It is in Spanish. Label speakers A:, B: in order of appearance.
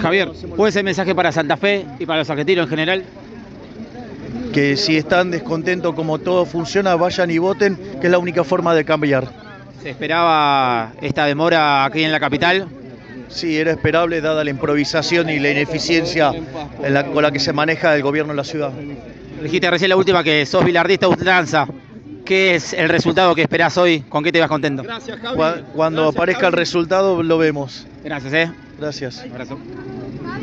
A: Javier, ¿puede ser mensaje para Santa Fe y para los argentinos en general?
B: Que si están descontentos como todo funciona, vayan y voten, que es la única forma de cambiar.
A: ¿Se esperaba esta demora aquí en la capital?
B: Sí, era esperable dada la improvisación y la ineficiencia en la- con la que se maneja el gobierno de la ciudad.
A: Dijiste recién la última que sos bilardista ultranza. ¿Qué es el resultado que esperás hoy? ¿Con qué te vas contento?
B: Cua- Cuando aparezca el resultado lo vemos.
A: Gracias, eh.
B: Gracias.
A: Un abrazo.